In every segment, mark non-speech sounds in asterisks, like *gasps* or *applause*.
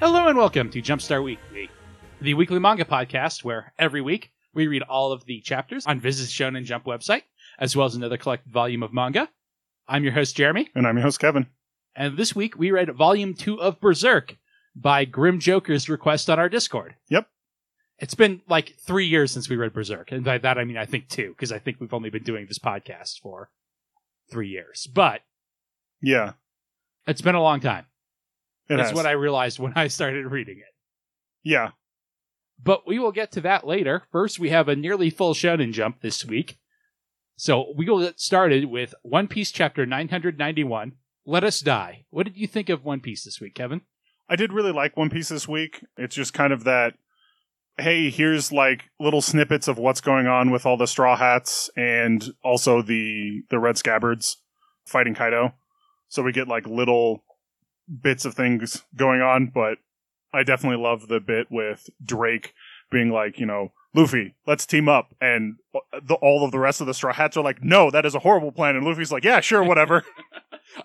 Hello and welcome to Jumpstart Weekly, the weekly manga podcast where every week we read all of the chapters on Viz's Shonen Jump website, as well as another collected volume of manga. I'm your host, Jeremy, And I'm your host, Kevin. and this week we read Volume 2 of Berserk by Grim Joker's request on our Discord. Yep. It's been like three years since we read Berserk, and by that I mean I think two, because I think we've only been doing this podcast for three years. But Yeah, it's been a long time. it That's has. what I realized when I started reading it. yeah, But we will get to that later. First, we have a nearly full Shonen Jump this week. So we will get started with One Piece Chapter 991 Let Us Die. What did you think of One Piece this week, Kevin? I did really like One Piece this week. It's just kind of that. Hey, here's like little snippets of what's going on with all the Straw Hats and also the the Red Scabbards fighting Kaido. So we get like little bits of things going on, but I definitely love the bit with Drake being like, you know, Luffy, let's team up, and uh, the, all of the rest of the Straw Hats are like, no, that is a horrible plan, and Luffy's like, yeah, *laughs* sure, whatever.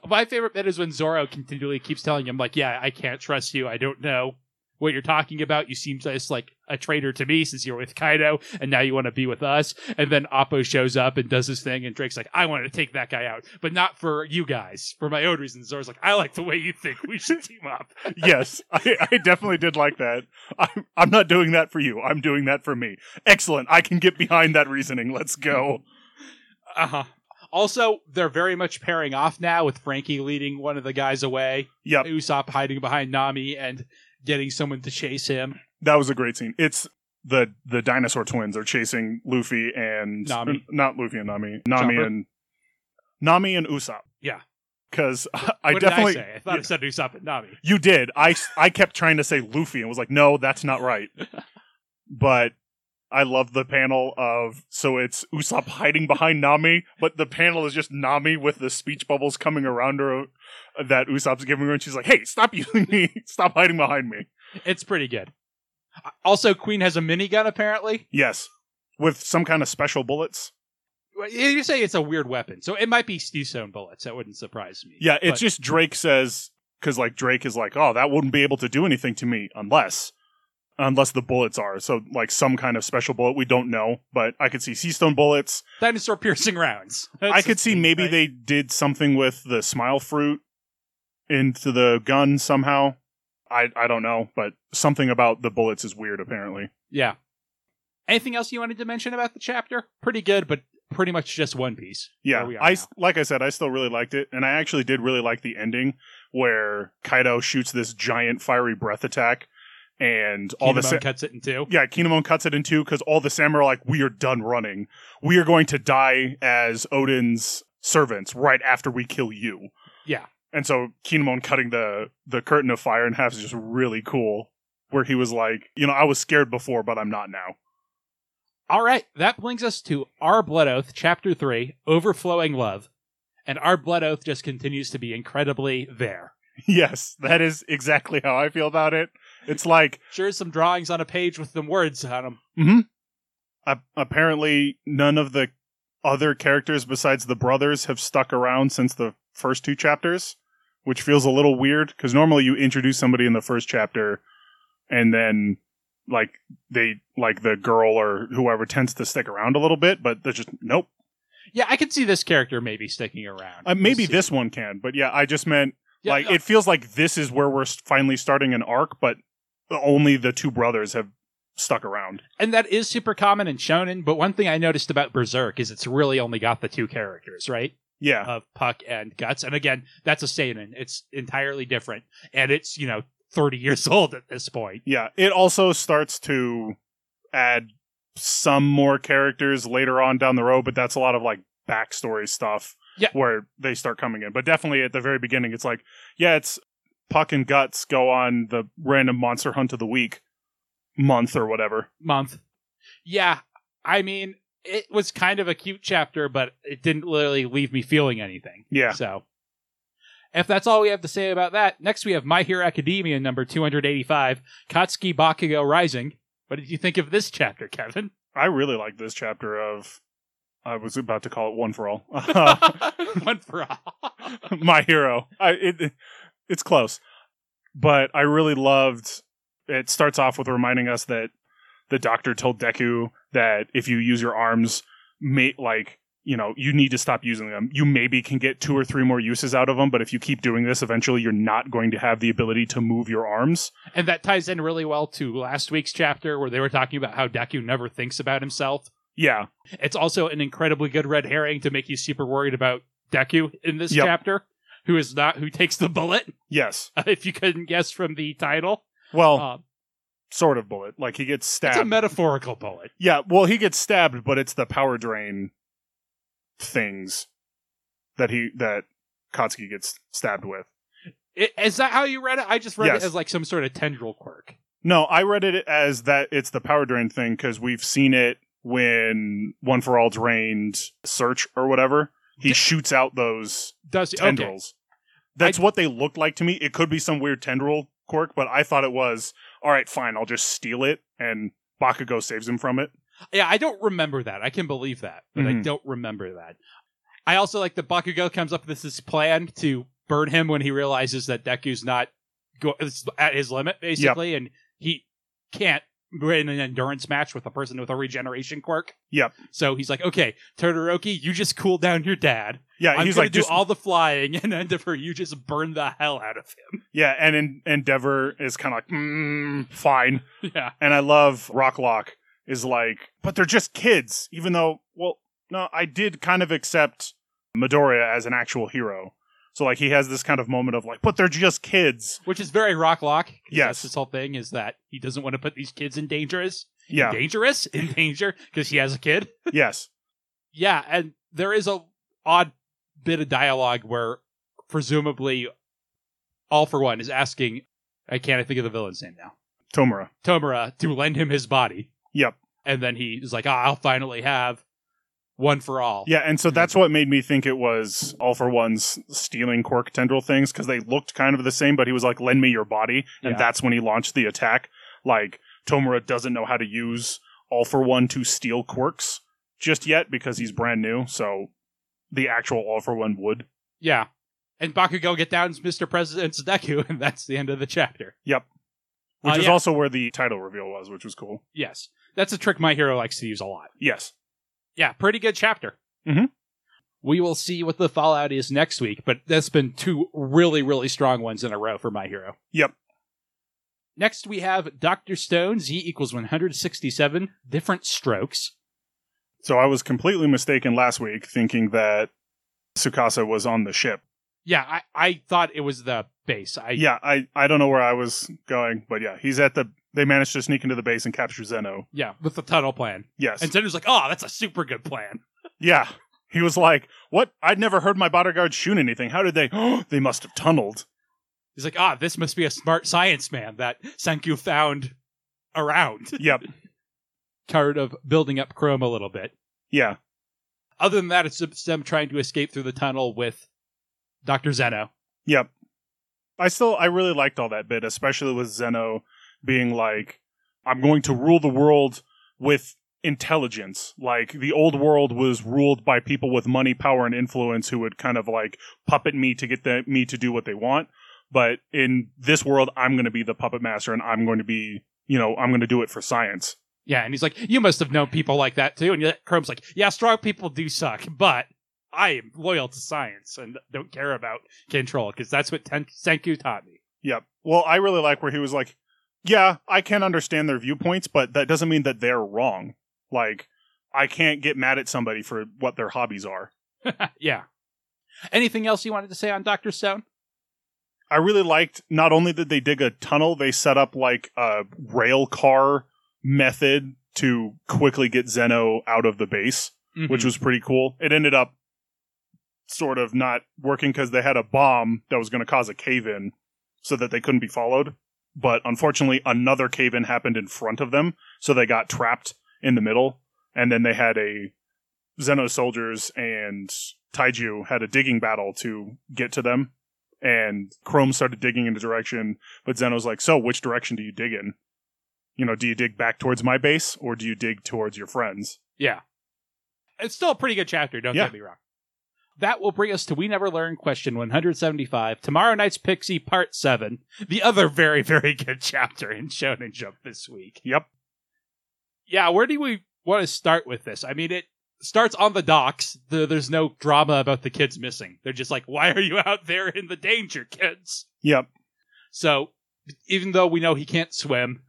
My favorite bit is when Zoro continually keeps telling him, like, yeah, I can't trust you. I don't know what you're talking about. You seem just like a traitor to me since you're with Kaido and now you want to be with us. And then Oppo shows up and does his thing and Drake's like, I want to take that guy out, but not for you guys, for my own reasons. Zoro's like, I like the way you think. We should team up. yes, I, I definitely did like that. I'm, I'm not doing that for you. I'm doing that for me. Excellent. I can get behind that reasoning. Let's go. Uh huh. Also, they're very much pairing off now with Frankie leading one of the guys away, Yep, Usopp hiding behind Nami and getting someone to chase him. that was a great scene. It's the the dinosaur twins are chasing Luffy and Nami. er, not Luffy and Nami, Nami Chopper. and Nami and Usopp. Yeah. because I what definitely did I say? I thought I said Usopp and Nami. you did. I s- I kept trying to say Luffy and was like, no, that's not right. But I love the panel of so it's Usopp hiding behind Nami, but the panel is just Nami with the speech bubbles coming around her uh, that Usopp's giving her, and she's like, "Hey, stop *laughs* using me! Stop hiding behind me!" It's pretty good. Uh, Also, Queen has a minigun, apparently. Yes, with some kind of special bullets. Well, You say it's a weird weapon, so it might be Stone bullets. That wouldn't surprise me. Yeah, it's But- just Drake says because like Drake is like, "Oh, that wouldn't be able to do anything to me unless." Unless the bullets are so, like some kind of special bullet, we don't know. But I could see sea stone bullets. dinosaur piercing rounds. *laughs* I could see maybe they did something with the smile fruit into the gun somehow. I I don't know, but something about the bullets is weird apparently. Yeah. Anything else you wanted to mention about the chapter? Pretty good, but pretty much just one piece. Oh, Yeah, Where we are I now. s- like I said, I still really liked it, and I actually did really like the ending where Kaido shoots this giant fiery breath attack, and all the Kinemon sa- cuts it in two. yeah, Kinemon cuts it in two because all the samurai are like, we are done running. We are going to die as Odin's servants right after we kill you. Yeah. And so Kinemon cutting the the curtain of fire in half is just really cool. Where he was like, you know, I was scared before, but I'm not now. *laughs* All right, that brings us to Our Blood Oath, Chapter 3, Overflowing Love. And Our Blood Oath just continues to be incredibly there. yes, that is exactly how I feel about it. It's like Sure, is some drawings on a page with some words on them. a- apparently none of the other characters besides the brothers have stuck around since the first two chapters, which feels a little weird because normally you introduce somebody in the first chapter and then like they like the girl or whoever tends to stick around a little bit, but they're just nope. Yeah, I could see this character maybe sticking around. Uh, maybe We'll see. this one can, but yeah, I just meant Yeah, like no, it feels like this is where we're s- finally starting an arc, but only the two brothers have stuck around. and that is super common in shonen. But one thing I noticed about Berserk is it's really only got the two characters, right? Yeah. Of Puck and Guts. And again, that's a seinen. It's entirely different, and it's you know thirty years *laughs* old at this point. Yeah, it also starts to add some more characters later on down the road, but that's a lot of like backstory stuff Yeah. where they start coming in. But definitely at the very beginning, it's like, yeah, it's Puck and Guts go on the random monster hunt of the week month or whatever. month. Yeah, I mean, it was kind of a cute chapter, but it didn't really leave me feeling anything. Yeah. So, if that's all we have to say about that, next we have My Hero Academia number 285, Katsuki Bakugo Rising. What did you think of this chapter, Kevin? I really like this chapter of I was about to call it one for all. *laughs* *laughs* One for all. my hero. I, it, it's close. But I really loved it starts off with reminding us that the doctor told Deku that if you use your arms, may, like, you know, you need to stop using them. You maybe can get two or three more uses out of them, but if you keep doing this, eventually you're not going to have the ability to move your arms. And that ties in really well to last week's chapter where they were talking about how Deku never thinks about himself. Yeah. It's also an incredibly good red herring to make you super worried about Deku in this Yep. chapter, who is not who takes the bullet. *laughs* Yes. If you couldn't guess from the title, Well, um, sort of bullet. Like he gets it's a stabbed. metaphorical bullet. yeah. Well, he gets stabbed, but it's the power drain things that he that Kotsky gets stabbed with. I- Is that how you read it? I just read Yes. it as like some sort of tendril quirk. No, I read it as that it's the power drain thing because we've seen it when One for All drained Search or whatever. He Di- shoots out those Does okay. tendrils. That's what they looked like to me. It could be some weird tendril quirk, but I thought it was all right. Fine, I'll just steal it, and Bakugo saves him from it. Yeah, I don't remember that. I can believe that, but I Mhm. don't remember that. I also like the Bakugo comes up with this plan to burn him when he realizes that Deku's not go- is at his limit, basically, and he can't win an endurance match with a person with a regeneration quirk. Yep. So he's like, okay, Todoroki, you just cool down your dad. Yeah, I'm he's gonna like do just all the flying, *laughs* and Endeavor, you just burn the hell out of yeah, and en- Endeavor is kind of like *laughs* mm, fine, him. Yeah. and I love Rocklock is like, but they're just kids, even though, well, no, I did kind of accept Midoriya as an actual hero. So like he has this kind of moment of like, but they're just kids. Which is very rock lock. 'cause Yes. That's this whole thing is that he doesn't want to put these kids in dangerous. Yeah. dangerous in *laughs* danger because he has a kid yes. yeah and there is a odd bit of dialogue where presumably all for one is asking i can't i think of the villain's name now Tomura. tomura to lend him his body Yep. and then he is like "Ah, i'll finally have one for all Yeah, and so that's what made me think it was All for One's stealing quirk tendril things because they looked kind of the same, but he was like, "Lend me your body," and Yeah. that's when he launched the attack. Like Tomura doesn't know how to use All for One to steal quirks just yet because he's brand new. So the actual All for One would. yeah and bakugo get down is mr president's deku *laughs* and that's the end of the chapter which Uh, is yeah. also where the title reveal was, which was cool. yes that's a trick my hero likes to use a lot Yes. yeah, pretty good chapter. Mhm. We will see what the fallout is next week, but that's been two really, really strong ones in a row for my hero. Yep. Next, we have Dr. Stone, Z equals 167, different strokes. So I was completely mistaken last week, thinking that Sukasa was on the ship. Yeah, I, I thought it was the base. I, yeah, I I don't know where I was going, but yeah, he's at the. They managed to sneak into the base and capture Zeno. yeah, with the tunnel plan. Yes. And Zender's like, oh, that's a super good plan. yeah. He was like, "What? I'd never heard my bodyguard shoot anything. How did they? *gasps* they must have tunneled." He's like, ah, this must be a smart science man that Senku found around. Yep. Tired of building up Chrome a little bit. Yeah. other than that, it's just them trying to escape through the tunnel with Dr. Zeno. Yep. I still I really liked all that bit, especially with Zeno being like, I'm going to rule the world with intelligence. Like the old world was ruled by people with money, power, and influence who would kind of like puppet me to get the, me to do what they want. But in this world, I'm going to be the puppet master, and I'm going to be, you know, I'm going to do it for science. Yeah, and he's like, You must have known people like that too. And yet Chrome's like, Yeah, strong people do suck, but I am loyal to science and don't care about control because that's what Ten- Senku taught me. *laughs* Yep. Well, I really like where he was like, yeah, I can understand their viewpoints, but that doesn't mean that they're wrong. Like, I can't get mad at somebody for what their hobbies are. yeah. Anything else you wanted to say on Dr. Stone? I really liked not only did they dig a tunnel, they set up like a rail car method to quickly get Zeno out of the base, which was pretty cool. It ended up sort of not working because they had a bomb that was going to cause a cave in so that they couldn't be followed. But unfortunately, another cave in happened in front of them, so they got trapped in the middle. And then they had a Zeno soldiers and Taiju had a digging battle to get to them. And Chrome started digging in a direction, but Zeno's like, So, which direction do you dig in? You know, do you dig back towards my base or do you dig towards your friends? Yeah. It's still a pretty good chapter, don't Yeah. get me wrong. that will bring us to We Never Learn question 175, Tomorrow Night's Pixie Part 7, the other very, very good *laughs* chapter in Shonen Jump this week. Yep. Yeah, where do we want to start with this? I mean, it starts on the docks. The, there's no drama about the kids missing. They're just like, why are you out there in the danger, kids? Yep. So, even though we know he can't swim,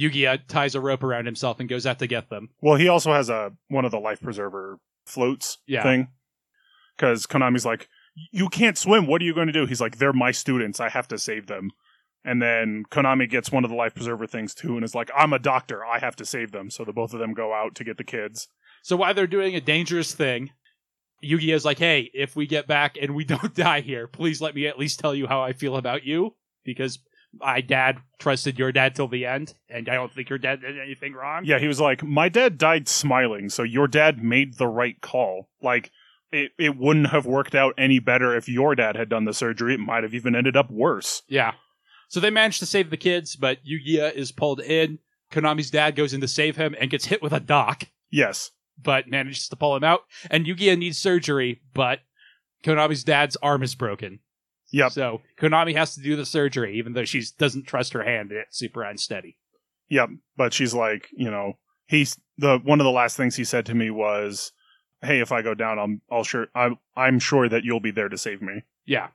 Yugi ties a rope around himself and goes out to get them. Well, he also has a one of the life preserver floats Yeah. thing. Because Konami's like, you can't swim. What are you going to do? He's like, they're my students. I have to save them. And then Konami gets one of the life preserver things too, and is like, I'm a doctor. I have to save them. So the both of them go out to get the kids. So while they're doing a dangerous thing, Yugi is like, "Hey, if we get back and we *laughs* don't die here, please let me at least tell you how I feel about you because my dad trusted your dad till the end, and I don't think your dad did anything wrong." Yeah, he was like, my dad died smiling, so your dad made the right call. Like, it, it wouldn't have worked out any better if your dad had done the surgery. It might have even ended up worse. Yeah. So they manage to save the kids, but Yugi is pulled in. Konami's dad goes in to save him and gets hit with a dock, Yes. but manages to pull him out. And Yugi needs surgery, but Konami's dad's arm is broken. Yep. So Konami has to do the surgery, even though she doesn't trust her hand. and It's super unsteady. but she's like, you know, he's the one of the last things he said to me was, "Hey, if I go down, I'm I'll sure I'm I'm sure that you'll be there to save me." Yeah.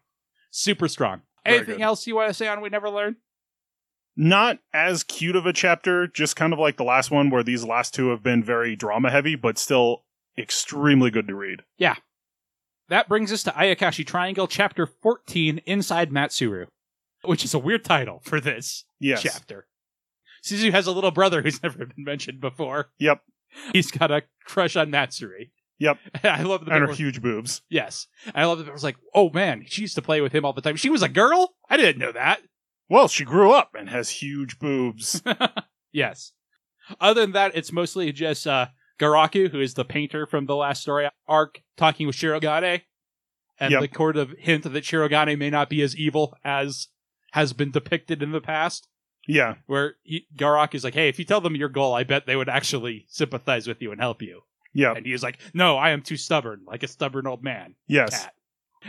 Super strong. Very Anything good. else you want to say on We Never Learn? Not as cute of a chapter, just kind of like the last one, where these last two have been very drama heavy, but still extremely good to read. That brings us to Ayakashi Triangle, Chapter 14, Inside Matsuru, which is a weird title for this Yes, chapter. Suzu has a little brother who's *laughs* never been mentioned before. Yep. He's got a crush on Matsuri. Yep. And *laughs* I love the and her people- huge boobs. Yes. And I love that it was like, oh man, she used to play with him all the time. She was a girl? I didn't know that. Well, she grew up and has huge boobs. Yes. Other than that, it's mostly just uh, Garaku, who is the painter from the last story arc, talking with Shirogane, and Yep. the court of hint that Shirogane may not be as evil as has been depicted in the past. yeah, Where he, Garaku is like, "Hey, if you tell them your goal, I bet they would actually sympathize with you and help you." yeah, And he is like, "No, I am too stubborn, like a stubborn old man." yes, cat.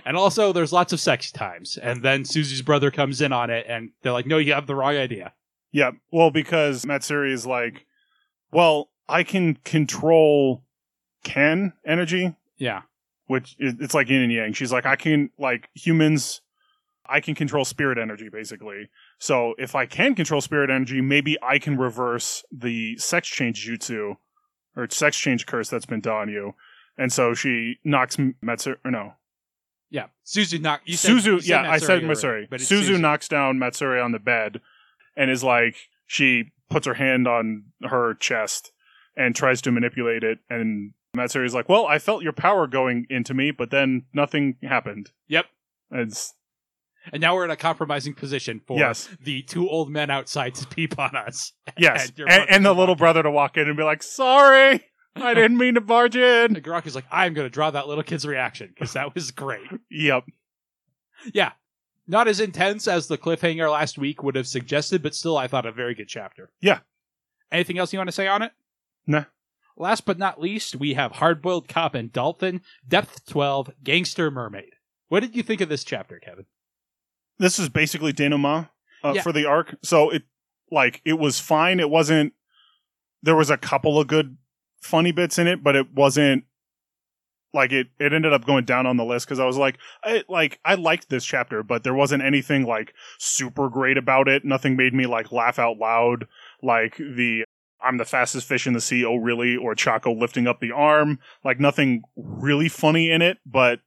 And also, there's lots of sex times, and then Susie's brother comes in on it, and they're like, "No, you have the wrong idea." yeah. Well, because Matsuri is like, well, I can control Ken energy, Yeah, which is, it's like yin and yang. She's like, I can like humans, I can control spirit energy basically. So if I can control spirit energy, maybe I can reverse the sex change jutsu or sex change curse that's been done on you. And so she knocks M- Matsuri. Or no, yeah. Suzu knock. You said, Suzu. you said yeah, Matsuri I said already, Matsuri. but it's Suzu, knocks down Matsuri on the bed, and is like, she puts her hand on her chest and tries to manipulate it. And Matsuri's like, "Well, I felt your power going into me, but then nothing happened." Yep. It's And now we're in a compromising position for *laughs* yes, the two old men outside to peep on us. yes, And your brother and, and, the to walk little brother to walk in and be like, "Sorry, I didn't mean to barge in." *laughs* And Garaku's like, I'm going to draw that little kid's reaction because that was great. Yep. Not as intense as the cliffhanger last week would have suggested, but still, I thought a very good chapter. Yeah. Anything else you want to say on it? Nah. Last but not least, we have Hardboiled Cop and Dolphin, Depth 12, Gangster Mermaid. What did you think of this chapter, Kevin? this is basically denouement uh, Yeah. for the arc. So it like it was fine. It wasn't. There was a couple of good funny bits in it, but it wasn't like it. It ended up going down on the list because I was like, I like I liked this chapter, but there wasn't anything like super great about it. Nothing made me like laugh out loud. Like the I'm the fastest fish in the sea. Oh really? Or Chaco lifting up the arm. Like nothing really funny in it, but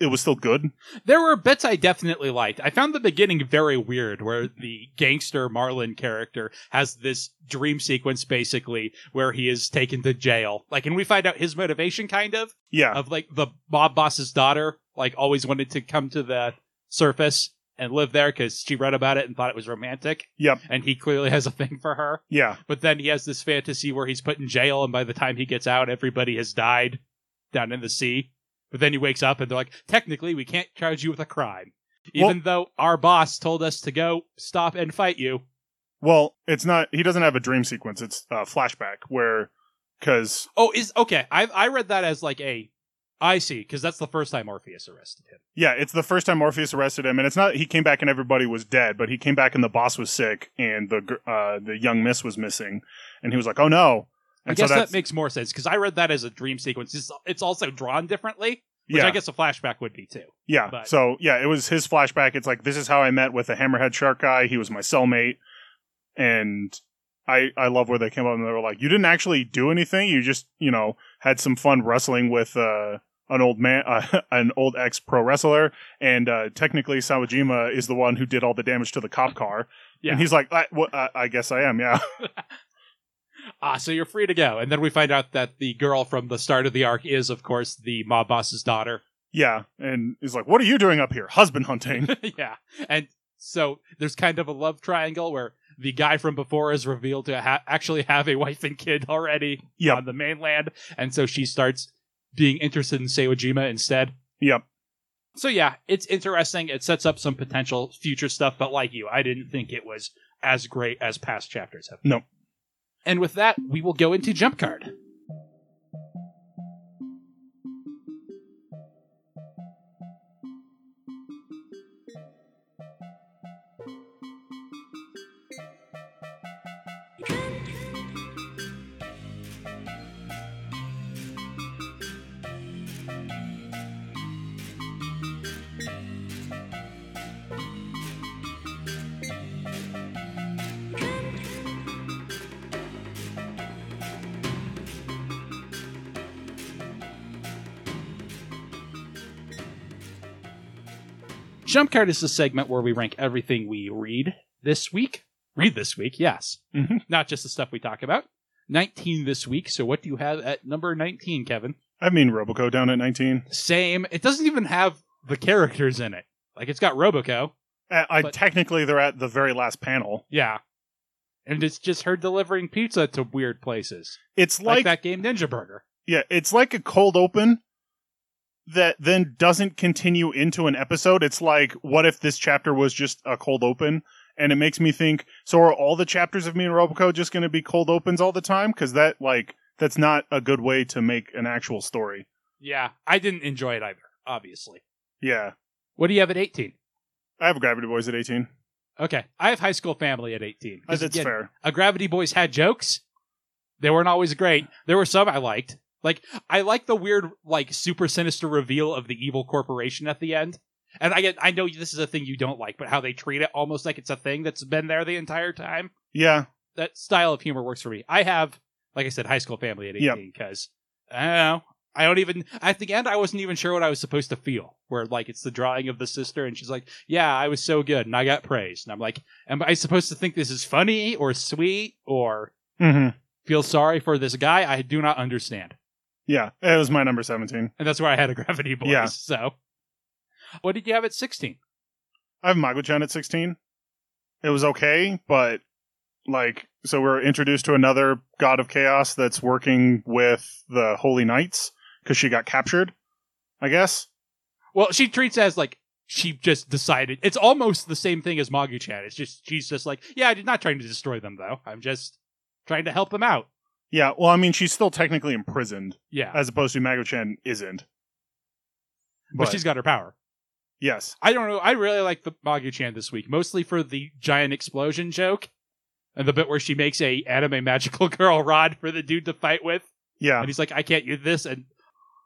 it was still good. There were bits I definitely liked. I found the beginning very weird, where the gangster Marlin character has this dream sequence, basically, where he is taken to jail. Like, and we find out his motivation, kind of, Yeah. Uh, of like the mob boss's daughter, like, always wanted to come to the surface and live there because she read about it and thought it was romantic. Yep. And he clearly has a thing for her. yeah. But then he has this fantasy where he's put in jail, and by the time he gets out, everybody has died down in the sea. But then he wakes up, and they're like, technically, we can't charge you with a crime. Even though our boss told us to go stop and fight you. Well, it's not. He doesn't have a dream sequence. It's a flashback where, because Oh, is okay. I I read that as like a I see, because that's the first time Orpheus arrested him. Yeah, it's the first time Morpheus arrested him, and it's not he came back and everybody was dead, but he came back and the boss was sick and the gr- uh, the young miss was missing, and he was like, "Oh no!" I And guess that's- that makes more sense because I read that as a dream sequence. It's, it's also drawn differently, which yeah, I guess a flashback would be too. yeah. but- So yeah, it was his flashback. It's like this is how I met with the hammerhead shark guy. He was my cellmate, and I I love where they came up and they were like, "You didn't actually do anything. You just you know had some fun wrestling with." Uh, an old man, *laughs* uh, an old ex pro wrestler, and uh, technically Sawajima is the one who did all the damage to the cop car. Yeah. And he's like, I, well, I, I guess I am, *laughs* yeah. Ah, so you're free to go. And then we find out that the girl from the start of the arc is, of course, the mob boss's daughter. *laughs* yeah. And he's like, what are you doing up here? *laughs* Husband hunting. yeah. And so there's kind of a love triangle where the guy from before is revealed to ha- actually have a wife and kid already Yep. on the mainland. And so she starts being interested in Sawajima instead. Yep. So yeah, it's interesting. It sets up some potential future stuff, but like you, I didn't think it was as great as past chapters have. been. No. And with that, we will go into jump card. Jump card is the segment where we rank everything we read this week. Read this week, yes. Mhm. Not just the stuff we talk about. 19 this week. So what do you have at number 19, Kevin? I mean, Roboco down at 19. Same. It doesn't even have the characters in it. Like it's got Roboco. I, Uh, I But- Technically, they're at the very last panel. Yeah. And it's just her delivering pizza to weird places. It's Like, like, that game Ninja Burger. yeah, it's like a cold open that then doesn't continue into an episode. It's like, what if this chapter was just a cold open? And it makes me think, so are all the chapters of me and Roboco just going to be cold opens all the time? Because that, like, that's not a good way to make an actual story. Yeah. I didn't enjoy it either, obviously. Yeah. What do you have at 18? I have Gravity Boys at 18. Okay. I have High School Family at 18. That's 'Cause again, fair. a Gravity Boys had jokes. They weren't always great. There were some I liked. Like I like the weird, like super sinister reveal of the evil corporation at the end. And I get, I know this is a thing you don't like, but how they treat it almost like it's a thing that's been there the entire time. Yeah, That style of humor works for me. I have, like I said, high school family at Yep. eighteen because I don't know. I don't even at the end I wasn't even sure what I was supposed to feel. Where like it's the drawing of the sister and she's like, "Yeah, I was so good and I got praised." And I'm like, "Am I supposed to think this is funny or sweet or mm-hmm. feel sorry for this guy I do not understand. yeah. It was my number seventeen. And that's where I had a *laughs* gravity boys. Yeah. So what did you have at 16? I have Maguchan at sixteen. It was okay, but like, so we're introduced to another god of chaos that's working with the holy knights because she got captured. I guess. Well, she treats it as like she just decided. It's almost the same thing as Magu-chan. It's just she's just like, yeah, I'm not trying to destroy them though. I'm just trying to help them out. Yeah. Well, I mean, she's still technically imprisoned, Yeah. as opposed to Maguchan isn't. but, she's got her power. yes, I don't know. I really like the Magu-chan this week, mostly for the giant explosion joke and the bit where she makes a anime magical *laughs* girl rod for the dude to fight with. yeah, And he's like, I can't use this. And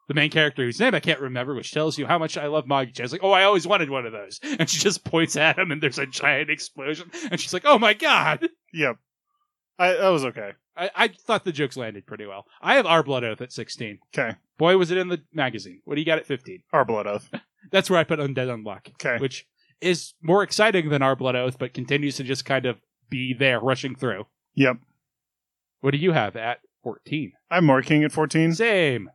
the main character, whose name I can't remember, which tells you how much I love Maguchan, is like, Oh, I always wanted one of those. *laughs* And she just points at him, and there's a giant explosion. And she's like, Oh my God. yeah. I, that was okay. I, I thought the jokes landed pretty well. I have Our Blood Oath at 16. 'Kay. Boy, was it in the magazine. What do you got at 15? Our blood oath. That's where I put Undead Unlock, Okay. which is more exciting than Our Blood Oath, but continues to just kind of be there, rushing through. Yep. What do you have at 14? I'm marking at fourteen. Same.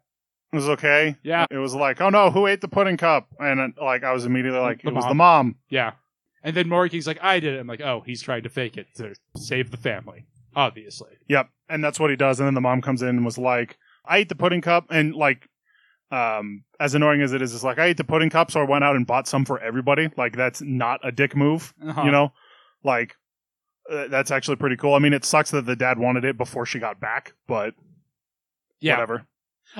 It was okay. Yeah. It was like, oh no, who ate the pudding cup? And uh, like, I was immediately like, The it was mom. the mom. Yeah. And then Moriki's like, I did it. I'm like, oh, he's trying to fake it to save the family, obviously. Yep. And that's what he does. And then the mom comes in and was like, I ate the pudding cup. And like, um, as annoying as it is, it's like, I ate the pudding cup. So I went out and bought some for everybody. Like, that's not a dick move, Uh-huh. you know? Like, uh, that's actually pretty cool. I mean, it sucks that the dad wanted it before she got back, but yeah. whatever.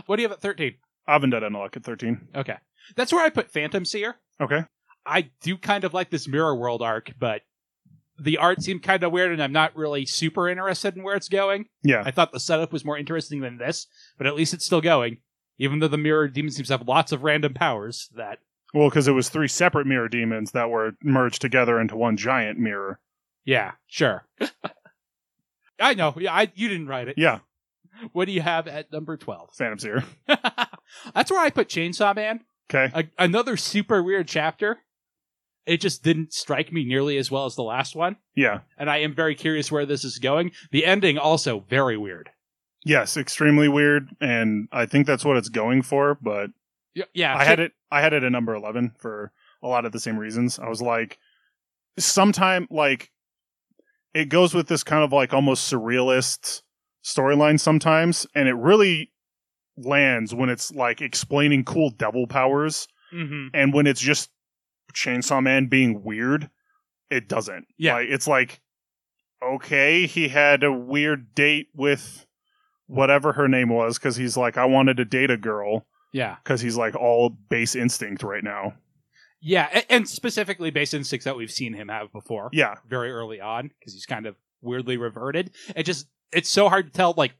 What do you have at 13? Avondale Analog at 13. Okay. That's where I put Phantom Seer. Okay. I do kind of like this Mirror World arc, but the art seemed kind of weird, and I'm not really super interested in where it's going. Yeah. I thought the setup was more interesting than this, but at least it's still going. Even though the Mirror Demon seems to have lots of random powers that. Well, because it was three separate mirror demons that were merged together into one giant mirror. Yeah, sure. *laughs* I know. Yeah, I, you didn't write it. Yeah, What do you have at number 12? Phantom's here. *laughs* That's where I put Chainsaw Man. Okay. A- another super weird chapter. It just didn't strike me nearly as well as the last one, Yeah. and I am very curious where this is going. The ending also very weird. Yes, extremely weird, and I think that's what it's going for. But Y- Yeah, I had it. I had it at number eleven for a lot of the same reasons. I was like, sometime like it goes with this kind of like almost surrealist storyline sometimes, and it really lands when it's like explaining cool devil powers, hmm and when it's just Chainsaw Man being weird, it doesn't. Yeah. Like, it's like, okay, he had a weird date with whatever her name was because he's like, I wanted to date a girl Yeah, because he's like all base instinct right now. yeah, a- and, specifically based instincts that we've seen him have before, Yeah. very early on, because he's kind of weirdly reverted. It just it's so hard to tell like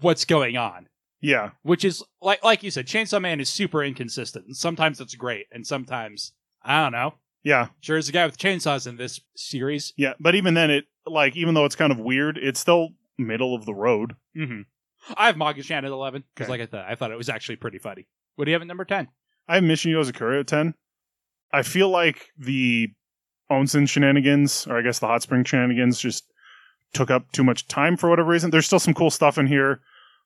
what's going on. Yeah. which is like like you said, Chainsaw Man is super inconsistent. And sometimes it's great, and sometimes I don't know. Yeah. Sure, is a guy with chainsaws in this series. Yeah. But even then, it like, even though it's kind of weird, it's still middle of the road. Mm-hmm. I have Magishan at eleven because, Okay. like I thought, I thought it was actually pretty funny. What do you have at number ten? I have Mission Yozakura at 10. I feel like the Onsen shenanigans, or I guess the Hot Spring shenanigans, just took up too much time for whatever reason. There's still some cool stuff in here.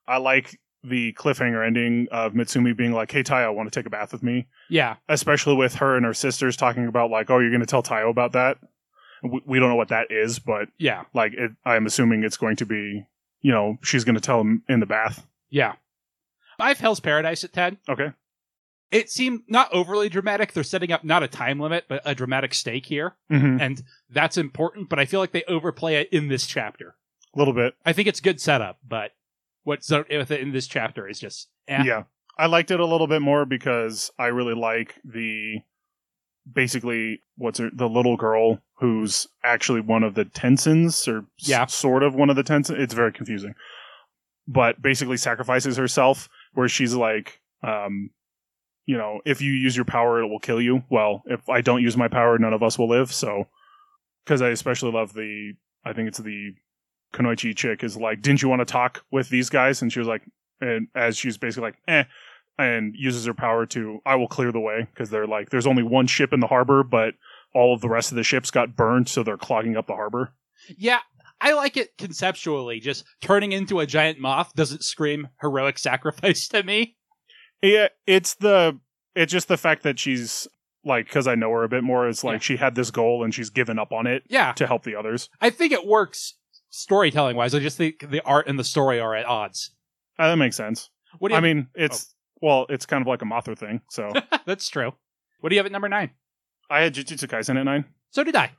I like the cliffhanger ending of Mitsumi being like, hey, Taiyo, want to take a bath with me? Yeah, Especially with her and her sisters talking about, like, oh, you're going to tell Taiyo about that. We, we don't know what that is, but, yeah, like, it, I'm assuming it's going to be, you know, she's going to tell him in the bath. yeah. I have Hell's Paradise at ten. Okay. It seemed not overly dramatic. They're setting up not a time limit, but a dramatic stake here, Mm-hmm. and that's important. But I feel like they overplay it in this chapter. A little bit. I think it's good setup, but what's with it in this chapter is just eh. Yeah. I liked it a little bit more because I really like the basically what's her, the little girl who's actually one of the Tensins or s- Yeah. sort of one of the Tensins. It's very confusing. But basically sacrifices herself where she's like um you know, if you use your power it will kill you. Well, if I don't use my power none of us will live. So cuz I especially love the I think it's the Konoichi chick is like, "Didn't you want to talk with these guys?" and she was like and as she's basically like, eh, and uses her power to, I will clear the way because they're like, there's only one ship in the harbor, but all of the rest of the ships got burned, so they're clogging up the harbor. Yeah, I like it conceptually. Just turning into a giant moth doesn't scream heroic sacrifice to me. Yeah, it's the, it's just the fact that she's like, because I know her a bit more, it's like Yeah. she had this goal and she's given up on it Yeah, to help the others. I think it works storytelling wise. I just think the art and the story are at odds. Uh, that makes sense. What do you Oh. I mean, it's, well, it's kind of like a Mothra thing. *laughs* So that's true. What do you have at number nine? I had Jujutsu Kaisen at nine. So did I.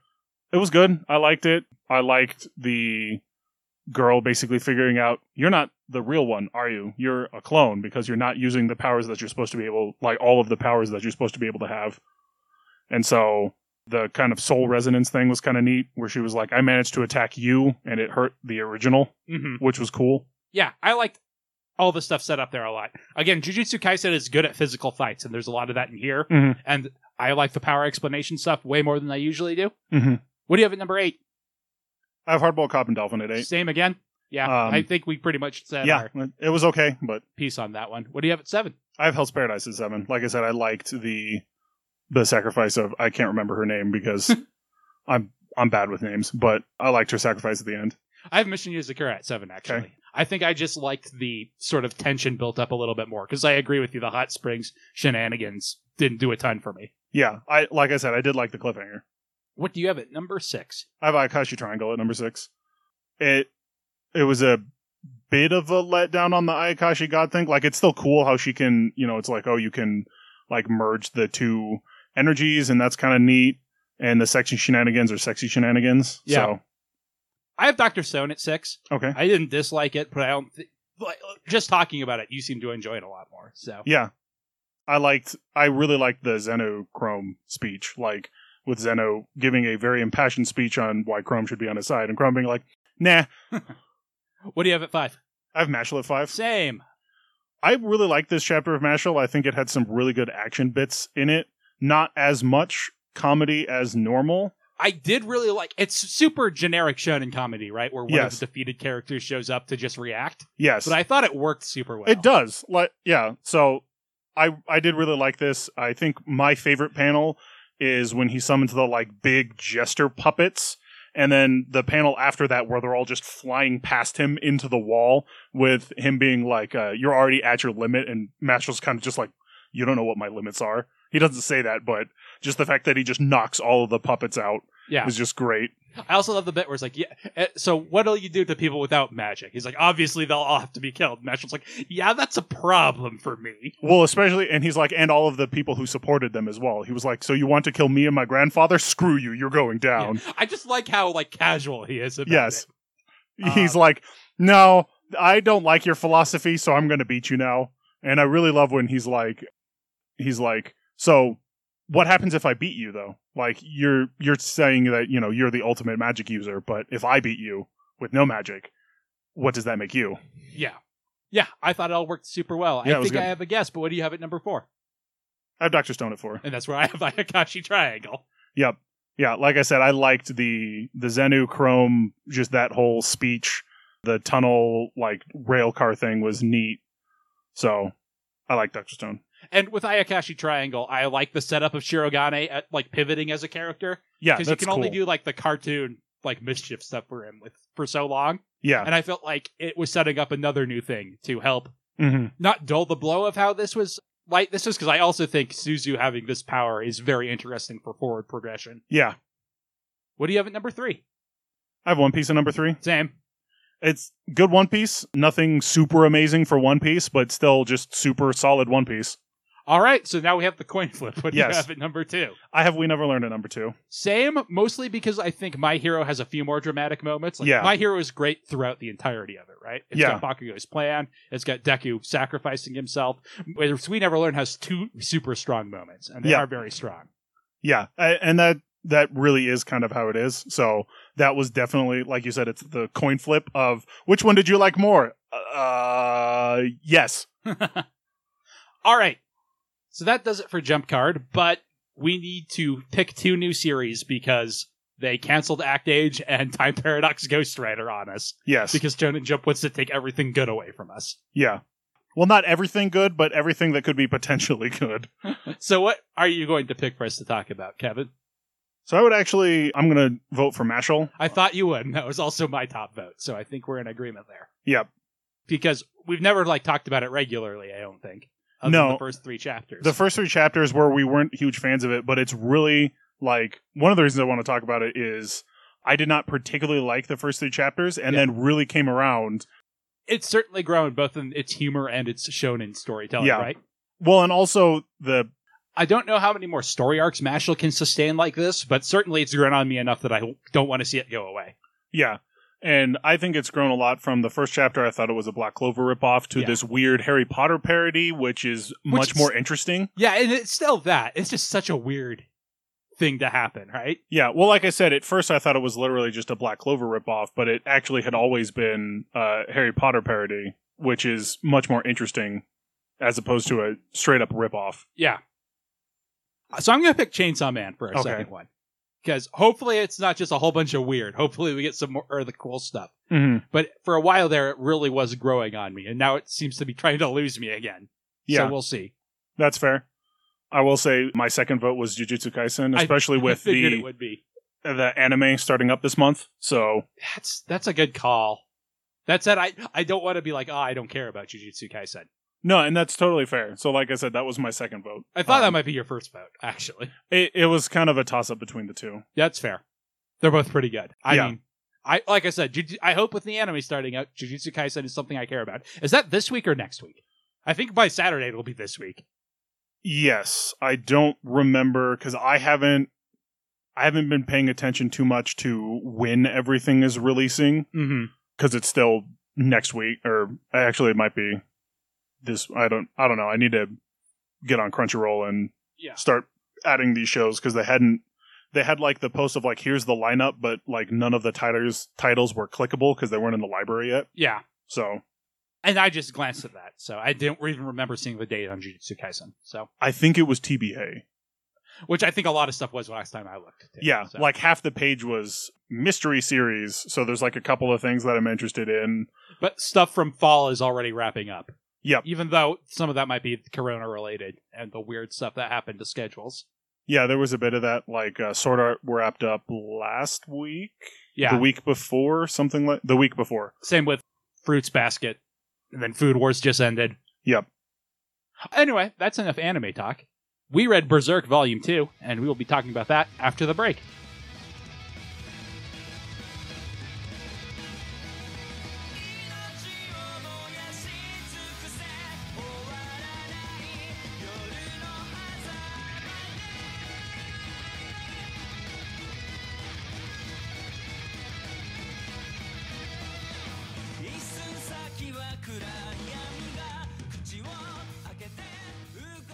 it was good. I liked it. I liked the girl basically figuring out you're not the real one, are you? You're a clone because you're not using the powers that you're supposed to be able like all of the powers that you're supposed to be able to have. And so the kind of soul resonance thing was kind of neat where she was like I managed to attack you and it hurt the original, Mm-hmm. which was cool. Yeah, I liked all the stuff set up there a lot. Again, Jujutsu Kaisen is good at physical fights, and there's a lot of that in here. Mhm. And I like the power explanation stuff way more than I usually do. Mhm. What do you have at number eight? I have Hardball Cop and Dolphin at 8. Same again. Yeah, Um, I think we pretty much said Yeah, our it was okay, but piece on that one. What do you have at seven? I have Hell's Paradise at seven. Like I said, I liked the the sacrifice of I can't remember her name because I'm I'm bad with names, but I liked her sacrifice at the end. I have Mission Yuzakura at seven, actually. Okay. I think I just liked the sort of tension built up a little bit more because I agree with you. The hot springs shenanigans didn't do a ton for me. Yeah, I like I said, I did like the cliffhanger. What do you have at number six? I have Akashi Triangle at number six. It it was a bit of a letdown on the Ayakashi God thing. Like it's still cool how she can, you know, it's like oh you can like merge the two energies and that's kind of neat. And the section shenanigans are sexy shenanigans. Yeah. I have Doctor Stone at six. So okay. I didn't dislike it, but I don't. Th- but just talking about it, you seem to enjoy it a lot more. So Yeah, I liked I really liked the Zeno Chrome speech, like with Zeno giving a very impassioned speech on why Chrome should be on his side, and Chrome being like, "Nah, What do you have at five? I have Mashal at five. Same. I really like this chapter of Mashal. I think it had some really good action bits in it. Not as much comedy as normal. I did really like it's super generic shonen comedy, right? Where one Yes. of the defeated characters shows up to just react. Yes, But I thought it worked super well. It does. Like yeah. So I I did really like this. I think my favorite panel is when he summons the like big jester puppets and then the panel after that where they're all just flying past him into the wall with him being like uh, you're already at your limit and Mashel's kind of just like you don't know what my limits are. He doesn't say that, but just the fact that he just knocks all of the puppets out Yeah. is just great. I also love the bit where it's like, yeah. eh, So what'll you do to people without magic? He's like, obviously they'll all have to be killed. And Mashel's like, yeah, that's a problem for me. Well, especially, and he's like, and all of the people who supported them as well. He was like, so you want to kill me and my grandfather? Screw you, you're going Yeah. down. I just like how like casual he is. About Yes. it. He's like, no, I don't like your philosophy, so I'm going to beat you now. And I really love when he's like, he's like, so what happens if I beat you though? Like you're you're saying that you know you're the ultimate magic user, but if I beat you with no magic, what does that make you? Yeah. Yeah. I thought it all worked super well. Yeah, it I was think good. I have a guess, but what do you have at number four? I have Doctor Stone at four. And that's where I have *laughs* Ayakashi Triangle. yeah like i said i liked the the zenu chrome just that whole speech the tunnel like rail car thing was neat so i like dr stone And with Ayakashi Triangle, I like the setup of Shirogane at like pivoting as a character. yeah because that's you can cool only do like the cartoon like mischief stuff for him with for so long yeah and i felt like it was setting up another new thing to help hmm not dull the blow of how this was like this is because i also think suzu having this power is very interesting for forward progression yeah what do you have at number three i have one piece of number three sam it's good one piece nothing super amazing for one piece but still just super solid one piece all right so now we have the coin flip what do Yes. you have at number two i have we never learned at number two Same, mostly because I think My Hero has a few more dramatic moments. Like, Yeah. My Hero is great throughout the entirety of it, right? It's Yeah. got Bakugo's plan. It's got Deku sacrificing himself. Whereas We Never Learn has two super strong moments, and they Yeah. are very strong. yeah I, and that that really is kind of how it is so that was definitely like you said it's the coin flip of which one did you like more uh yes All right. So that does it for Jump Card, but we need to pick two new series because they canceled Act Age and *laughs* Time Paradox Ghost Rider on us yes because Shonen Jump wants to take everything good away from us. yeah well not everything good but everything that could be *laughs* potentially good So, what are you going to pick for us to talk about, Kevin? so i would actually i'm gonna vote for mashal I thought you would. And that was also my top vote. So I think we're in agreement there. Yep. Because we've never like talked about it regularly, I don't think. other No. Than the first three chapters. the first three chapters where we weren't huge fans of it but it's really like one of the reasons i want to talk about it is i did not particularly like the first three chapters and Yeah. then really came around it's certainly grown both in its humor and its shonen storytelling, Yeah. right? well and also the I don't know how many more story arcs Mashal can sustain like this, but certainly it's grown on me enough that I don't want to see it go away. Yeah. And I think it's grown a lot from the first chapter. I thought it was a Black Clover ripoff to Yeah. this weird Harry Potter parody, which is much is- more interesting. Yeah, and it's still that. It's just such a weird thing to happen, right? Yeah. Well, like I said, at first I thought it was literally just a Black Clover ripoff, but it actually had always been a Harry Potter parody, which is much more interesting as opposed to a straight up ripoff. Yeah. Uh, So I'm going to pick Chainsaw Man for our Okay. second one. Because hopefully it's not just a whole bunch of weird. Hopefully we get some more of the cool stuff. Mm-hmm. But for a while there, it really was growing on me. And now it seems to be *laughs* trying to lose me again. Yeah. So we'll see. That's fair. I will say my second vote was Jujutsu Kaisen, *laughs* I- especially with I figured the it would be. the anime starting up this month. So That's, that's a good call. That said, I, I don't want to be like, oh, I don't care about Jujutsu Kaisen. no, and that's totally fair. So like I said, that was my second vote. I thought Um, that might be your first vote, actually. It, it was kind of a toss up between the two. That's fair. They're both pretty good. I Yeah. mean, I like I said, Juju- I hope with the anime starting out, Jujutsu Kaisen is something I care about. Is that this week or next week? I think by Saturday it'll be this week. Yes, I don't remember because I haven't, I haven't been paying attention too much to when everything is releasing Mm-hmm. because it's still next week, or actually it might be this. I don't, I don't know. I need to get on Crunchyroll and Yeah. start adding these shows because they hadn't they had like the post of like here's the lineup but like none of the titles titles were clickable because they weren't in the library yet Yeah. so And I just glanced at that. So I didn't even remember seeing the date on Jujutsu Kaisen. So, i think it was tba which I think a lot of stuff was last time I looked. too. yeah So- like half the page was mystery series so there's like a couple of things that i'm interested in but stuff from fall is already wrapping up. Yep. Even though some of that might be corona related and the weird stuff that happened to schedules. yeah there was a bit of that like uh, sort of wrapped up last week Yeah. the week before something like the week before Same with Fruits Basket. And then Food Wars just ended. Yep. Anyway, that's enough anime talk. We read Berserk Volume 2, and we will be talking about that after the break.